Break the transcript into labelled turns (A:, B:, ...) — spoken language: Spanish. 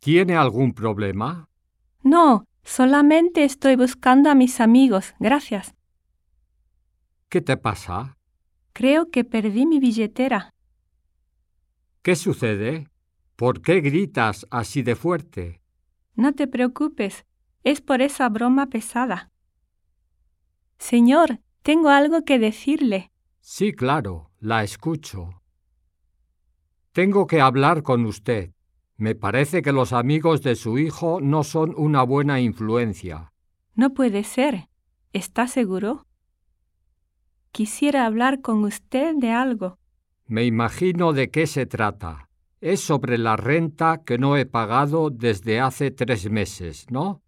A: ¿Tiene algún problema?
B: No, solamente estoy buscando a mis amigos, gracias.
A: ¿Qué te pasa?
B: Creo que perdí mi billetera.
A: ¿Qué sucede? ¿Por qué gritas así de fuerte?
B: No te preocupes, es por esa broma pesada. Señor, tengo algo que decirle.
A: Sí, claro, la escucho. Tengo que hablar con usted. Me parece que los amigos de su hijo no son una buena influencia.
B: No puede ser. ¿Está seguro? Quisiera hablar con usted de algo.
A: Me imagino de qué se trata. Es sobre la renta que no he pagado desde hace tres meses, ¿no?